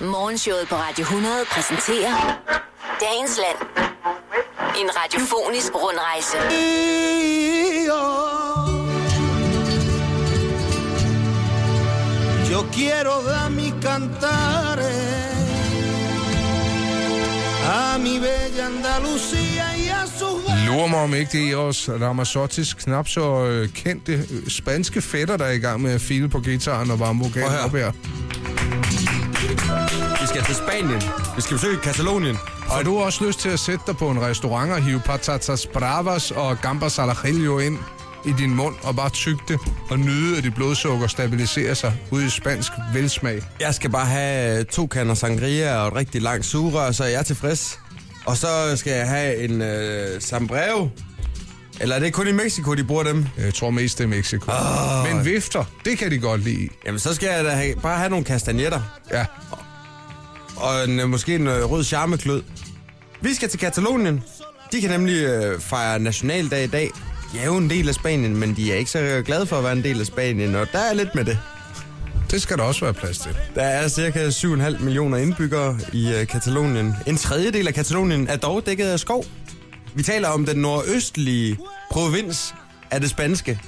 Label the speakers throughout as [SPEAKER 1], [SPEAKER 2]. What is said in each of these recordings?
[SPEAKER 1] Morgenshowet på Radio 100 præsenterer Dagens Land. En radiofonisk rundrejse.
[SPEAKER 2] Yo quiero dar mi cantar eh, a mi bella Andalucía y a sus
[SPEAKER 3] Lurer mig om ikke det er os Ramazottis knap så øh, kendte øh, spanske fætter, der er i gang med at file på gitaren og varme
[SPEAKER 4] Prøv
[SPEAKER 3] vokalen
[SPEAKER 4] her.
[SPEAKER 3] op her.
[SPEAKER 4] Vi skal til Spanien. Vi skal besøge Katalonien.
[SPEAKER 3] Har du også lyst til at sætte dig på en restaurant og hive patatas bravas og gambas al ajillo ind i din mund og bare tygge det og nyde, at dit blodsukker stabiliserer sig ud i spansk velsmag?
[SPEAKER 4] Jeg skal bare have øh, to kander sangria og et rigtig langt sugerør, så jeg er tilfreds. Og så skal jeg have en øh, sambreve. Eller er det kun i Mexico, de bruger dem?
[SPEAKER 3] Jeg tror mest, det er Mexico.
[SPEAKER 4] Ah.
[SPEAKER 3] Oh. Men vifter, det kan de godt lide.
[SPEAKER 4] Jamen, så skal jeg da have, bare have nogle kastanjetter.
[SPEAKER 3] Ja,
[SPEAKER 4] Og en, øh, måske en øh, rød charmeklød. Vi skal til Katalonien. De kan nemlig øh, fejre nationaldag i dag. De er jo en del af Spanien, men de er ikke så øh, glade for at være en del af Spanien, og der er lidt med det.
[SPEAKER 3] det skal der også være plads til.
[SPEAKER 4] Der er cirka 7,5 millioner indbyggere i øh, Katalonien. En tredjedel af Katalonien er dog dækket af skov. Vi taler om den nordøstlige provins af det spanske.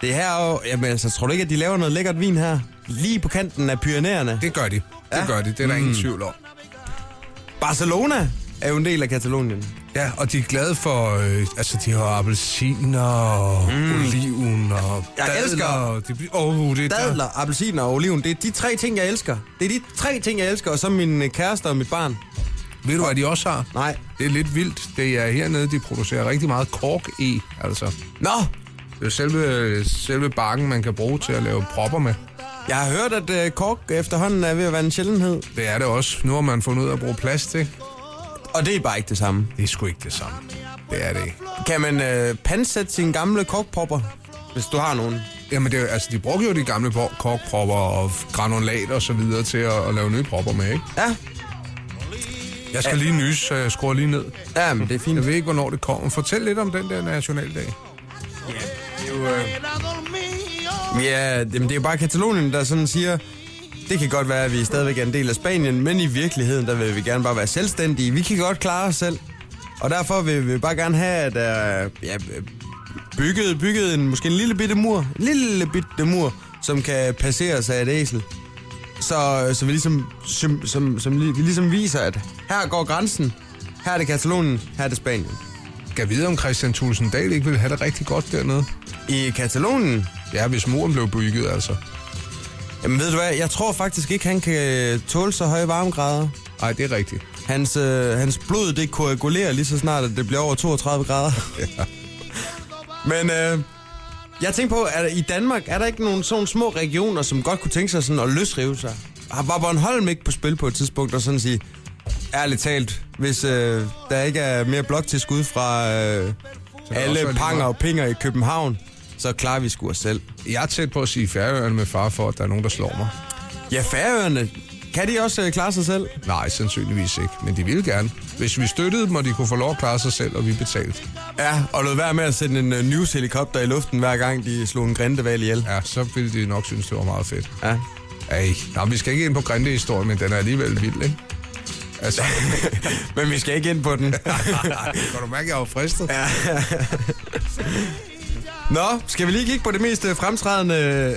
[SPEAKER 4] Det her er jo... Jamen altså, tror du ikke, at de laver noget lækkert vin her? Lige på kanten af Pyreneerne.
[SPEAKER 3] Det gør de. Det
[SPEAKER 4] Ja.
[SPEAKER 3] gør de. Det er der mm. ingen tvivl om.
[SPEAKER 4] Barcelona er jo en del af Katalonien.
[SPEAKER 3] Ja, og de er glade for, øh, altså de har appelsiner og mm. oliven og
[SPEAKER 4] Jeg
[SPEAKER 3] dadler,
[SPEAKER 4] elsker
[SPEAKER 3] og det, bliver- åh, uh, det er dadler.
[SPEAKER 4] Dadler, appelsiner og oliven, det er de tre ting, jeg elsker. Det er de tre ting, jeg elsker, og så min øh, kæreste og mit barn.
[SPEAKER 3] Der. Ved du, hvad de også har?
[SPEAKER 4] Nej.
[SPEAKER 3] Det er lidt vildt. Det er hernede, de producerer rigtig meget kork i, altså. Det
[SPEAKER 4] Nå,
[SPEAKER 3] er jo selve, selve barken, man kan bruge til at lave propper med.
[SPEAKER 4] jeg har hørt, at øh, kork efterhånden er ved at være en sjældenhed.
[SPEAKER 3] Det er det også. Nu har man fundet ud af at bruge plastik.
[SPEAKER 4] Og det er bare ikke det samme.
[SPEAKER 3] Det er sgu ikke det samme. Det er det ikke.
[SPEAKER 4] Kan man øh, pansætte sine gamle kokpopper, hvis du har nogen?
[SPEAKER 3] Jamen, det, er jo- altså, de brugte jo de gamle por- korkpropper og granulat og så videre til at, at lave nye propper med, ikke?
[SPEAKER 4] Ja,
[SPEAKER 3] Jeg skal lige nys, så jeg skruer lige ned.
[SPEAKER 4] ja men det er fint.
[SPEAKER 3] Jeg ved ikke, hvornår det kommer. Fortæl lidt om den der nationaldag.
[SPEAKER 4] Ja, jamen, det er jo bare Katalonien, der sådan siger, det kan godt være, at vi stadigvæk er en del af Spanien, men i virkeligheden, der vil vi gerne bare være selvstændige. Vi kan godt klare os selv. Og derfor vil vi bare gerne have, at øh, ja, øh, bygget, bygget en, måske en lille bitte mur, en lille bitte mur, som kan passeres af et æsel. Så, så vi ligesom, som, som, som, li- vi ligesom viser, at her går grænsen, her er det Katalonien, her er det Spanien.
[SPEAKER 3] Kan vide, om Christian Thulsen Dahl ikke ville have det rigtig godt dernede?
[SPEAKER 4] I Katalonien?
[SPEAKER 3] Ja, hvis muren blev bygget, altså.
[SPEAKER 4] Jamen ved du hvad, jeg tror faktisk ikke, han kan øh, tåle så høje varmegrader.
[SPEAKER 3] Nej, det er rigtigt.
[SPEAKER 4] Hans, øh, hans blod, det koagulerer lige så snart, at det bliver over 32 grader.
[SPEAKER 3] Ja.
[SPEAKER 4] Men øh, jeg tænker på, at i Danmark er der ikke nogen sådan små regioner, som godt kunne tænke sig sådan at løsrive sig? Har var Bornholm ikke på spil på et tidspunkt og sådan sige, ærligt talt, hvis øh, der ikke er mere bloktilskud fra øh,
[SPEAKER 3] også
[SPEAKER 4] alle
[SPEAKER 3] lige
[SPEAKER 4] panger
[SPEAKER 3] meget.
[SPEAKER 4] og pinger i København, så klarer vi sgu os selv.
[SPEAKER 3] Jeg er tæt på at sige færøerne med far for, at der er nogen, der slår mig.
[SPEAKER 4] Ja, færøerne, kan de også øh, klare sig selv?
[SPEAKER 3] Nej, sandsynligvis ikke. Men de ville gerne. Hvis vi støttede dem, og de kunne få lov at klare sig selv, og vi betalte,
[SPEAKER 4] Ja, og lod være med at sende en uh, news-helikopter i luften, hver gang de slog en grindeval ihjel.
[SPEAKER 3] ja, så ville de nok synes, det var meget fedt.
[SPEAKER 4] Ja.
[SPEAKER 3] Ej, nej, vi skal ikke ind på grindehistorien, men den er alligevel vild, ikke? Altså,
[SPEAKER 4] Men vi skal ikke ind på den.
[SPEAKER 3] kan du mærke, at jeg var fristet? Ja.
[SPEAKER 4] Nå, skal vi lige kigge på det mest øh, fremtrædende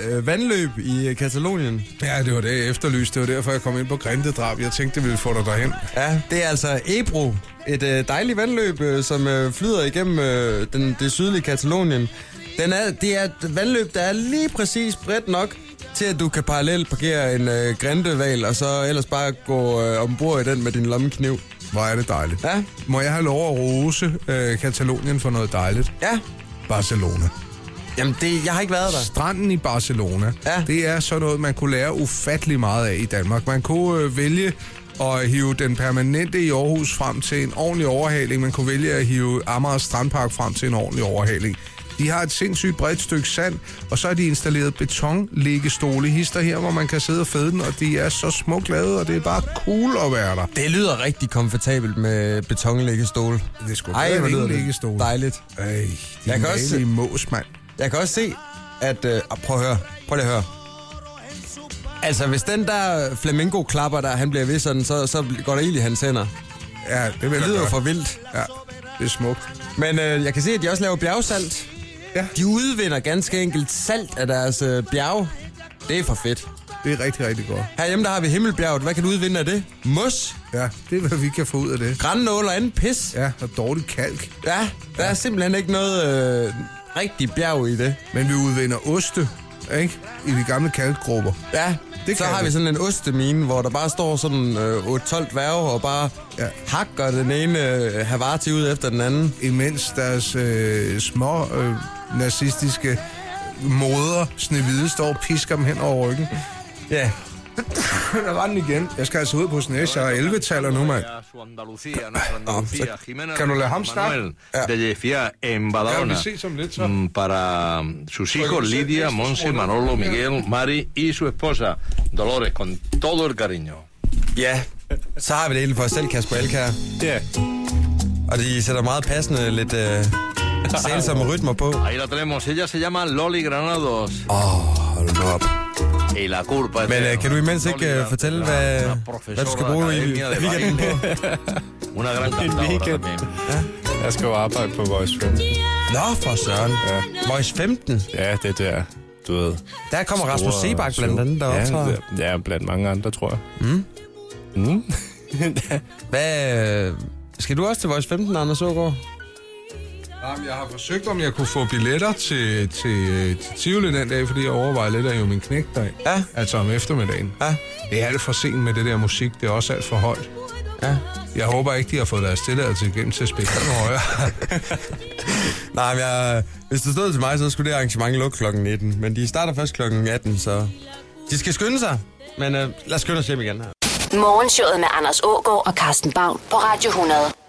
[SPEAKER 4] øh, vandløb i øh, Katalonien?
[SPEAKER 3] ja, det var det, jeg efterlyste. Det var derfor, jeg kom ind på grindedrab. Jeg tænkte, det ville få dig derhen.
[SPEAKER 4] Ja, det er altså Ebro. Et øh, dejligt vandløb, øh, som øh, flyder igennem øh, den, det sydlige Katalonien. Den er, det er et vandløb, der er lige præcis bredt nok til, at du kan parallelt parkere en øh, grindeval, og så ellers bare gå øh, ombord i den med din lommekniv.
[SPEAKER 3] Hvor er det dejligt.
[SPEAKER 4] Ja,
[SPEAKER 3] Må jeg have lov at rose øh, Katalonien for noget dejligt?
[SPEAKER 4] ja.
[SPEAKER 3] Barcelona.
[SPEAKER 4] Jamen, det, jeg har ikke været der.
[SPEAKER 3] Stranden i Barcelona,
[SPEAKER 4] Ja.
[SPEAKER 3] det er sådan noget, man kunne lære ufattelig meget af i Danmark. Man kunne øh, vælge at hive den permanente i Aarhus frem til en ordentlig overhaling. Man kunne vælge at hive Amager Strandpark frem til en ordentlig overhaling. De har et sindssygt bredt stykke sand, og så har de installeret betonliggestole hister her, hvor man kan sidde og fede den, og de er så smukt lavet, og det er bare cool at være der.
[SPEAKER 4] Det lyder rigtig komfortabelt med betonlæggestol.
[SPEAKER 3] Det er sgu
[SPEAKER 4] Ej,
[SPEAKER 3] bedre
[SPEAKER 4] hvor
[SPEAKER 3] end
[SPEAKER 4] lyder
[SPEAKER 3] ingen
[SPEAKER 4] det
[SPEAKER 3] liggestol.
[SPEAKER 4] dejligt.
[SPEAKER 3] Ej, de
[SPEAKER 4] Jeg kan også-
[SPEAKER 3] malige mås, mand.
[SPEAKER 4] Jeg kan også se, at... Øh, ah, prøv at høre. Prøv lige at høre. Altså, hvis den der flamingo-klapper der, han bliver ved sådan, så, så går der ild i hans hænder.
[SPEAKER 3] Ja, det vil
[SPEAKER 4] Det
[SPEAKER 3] jeg
[SPEAKER 4] lyder jo
[SPEAKER 3] gøre.
[SPEAKER 4] for vildt.
[SPEAKER 3] Ja, det er smukt.
[SPEAKER 4] Men øh, jeg kan se, at de også laver bjergsalt.
[SPEAKER 3] Ja.
[SPEAKER 4] De udvinder ganske enkelt salt af deres øh, bjerg. Det er for fedt.
[SPEAKER 3] Det er rigtig, rigtig godt.
[SPEAKER 4] Herhjemme der har vi Himmelbjerget. Hvad kan du udvinde af det? Mos,
[SPEAKER 3] Ja, det er, hvad vi kan få ud af det.
[SPEAKER 4] grannål og anden pis.
[SPEAKER 3] Ja, og dårlig kalk.
[SPEAKER 4] Ja, der er simpelthen ikke noget øh, rigtig bjerg i det.
[SPEAKER 3] Men vi udvinder oste, ikke? I de gamle kalkgrupper.
[SPEAKER 4] Ja,
[SPEAKER 3] Det
[SPEAKER 4] det så
[SPEAKER 3] kan
[SPEAKER 4] har
[SPEAKER 3] vi.
[SPEAKER 4] vi sådan en ostemine, hvor der bare står sådan øh, 8-12 dværge og bare
[SPEAKER 3] Ja.
[SPEAKER 4] ja. hakker den ene øh, havarti ud efter den anden.
[SPEAKER 3] Imens deres øh, små øh, nazistiske moder, Snevide, står og pisker dem hen over ryggen.
[SPEAKER 4] Ja,
[SPEAKER 3] Der var den igen. Jeg skal altså ud på snæs. Jeg har 11-taller nu, mand.
[SPEAKER 5] Andalucía, Jimena
[SPEAKER 3] Kan du lade ham
[SPEAKER 5] Manuel,
[SPEAKER 3] snakke?
[SPEAKER 5] de Yecía, en
[SPEAKER 3] Ja, vi
[SPEAKER 5] Badalona.
[SPEAKER 3] ses om lidt, så.
[SPEAKER 5] Mm, Para sus hijos, Lidia, Monse, Manolo, Miguel, Mari y su esposa, Dolores, con todo el cariño.
[SPEAKER 4] ja. Så har vi det hele for os selv, Kasper Elkær.
[SPEAKER 6] Ja.
[SPEAKER 4] Og de sætter meget passende lidt øh, sælsomme rytmer på.
[SPEAKER 5] Ahí la tenemos, ella se llama Loli Granados.
[SPEAKER 4] Ah. Hold nu op.
[SPEAKER 5] Y la culpa es
[SPEAKER 4] Men
[SPEAKER 5] de-
[SPEAKER 4] øh, kan du imens
[SPEAKER 5] Loli
[SPEAKER 4] ikke øh,
[SPEAKER 5] Granados,
[SPEAKER 4] fortælle,
[SPEAKER 5] la-
[SPEAKER 4] hvad,
[SPEAKER 5] la
[SPEAKER 4] hvad du skal
[SPEAKER 5] profesora
[SPEAKER 4] bruge i
[SPEAKER 5] Academia de
[SPEAKER 4] weekenden på?
[SPEAKER 5] baile. Una gran cantadora
[SPEAKER 6] weekend.
[SPEAKER 5] también.
[SPEAKER 6] Jeg skal jo arbejde på Voice Friends.
[SPEAKER 4] Nå, for søren. Voice 15.
[SPEAKER 6] Ja, det der, du ved.
[SPEAKER 4] Der kommer
[SPEAKER 6] store
[SPEAKER 4] Rasmus Sebak blandt
[SPEAKER 6] show.
[SPEAKER 4] andet der
[SPEAKER 6] ja,
[SPEAKER 4] optræder.
[SPEAKER 6] det- Ja, blandt mange andre, tror jeg. Mm. Mm.
[SPEAKER 4] Hvad, øh, skal du også til Voice 15, Anders Ågaard?
[SPEAKER 3] Jamen, jeg har forsøgt, om jeg kunne få billetter til, til, øh, til Tivoli den dag, fordi jeg overvejer lidt af jo min knægtdag.
[SPEAKER 4] Ja.
[SPEAKER 3] Altså om eftermiddagen.
[SPEAKER 4] Ja.
[SPEAKER 3] Det er alt for sent med det der musik. Det er også alt for højt.
[SPEAKER 4] Ja.
[SPEAKER 3] Jeg håber ikke, de har fået deres tilladelse igennem til at spille den højere.
[SPEAKER 4] Nej, men jeg, hvis det stod til mig, så skulle det arrangement lukke kl. 19. Men de starter først kl. 18, så de skal skynde sig. Men øh, lad os skynde os hjem igen her.
[SPEAKER 1] Morgenshowet med Anders Ågaard og Carsten Baum på Radio 100.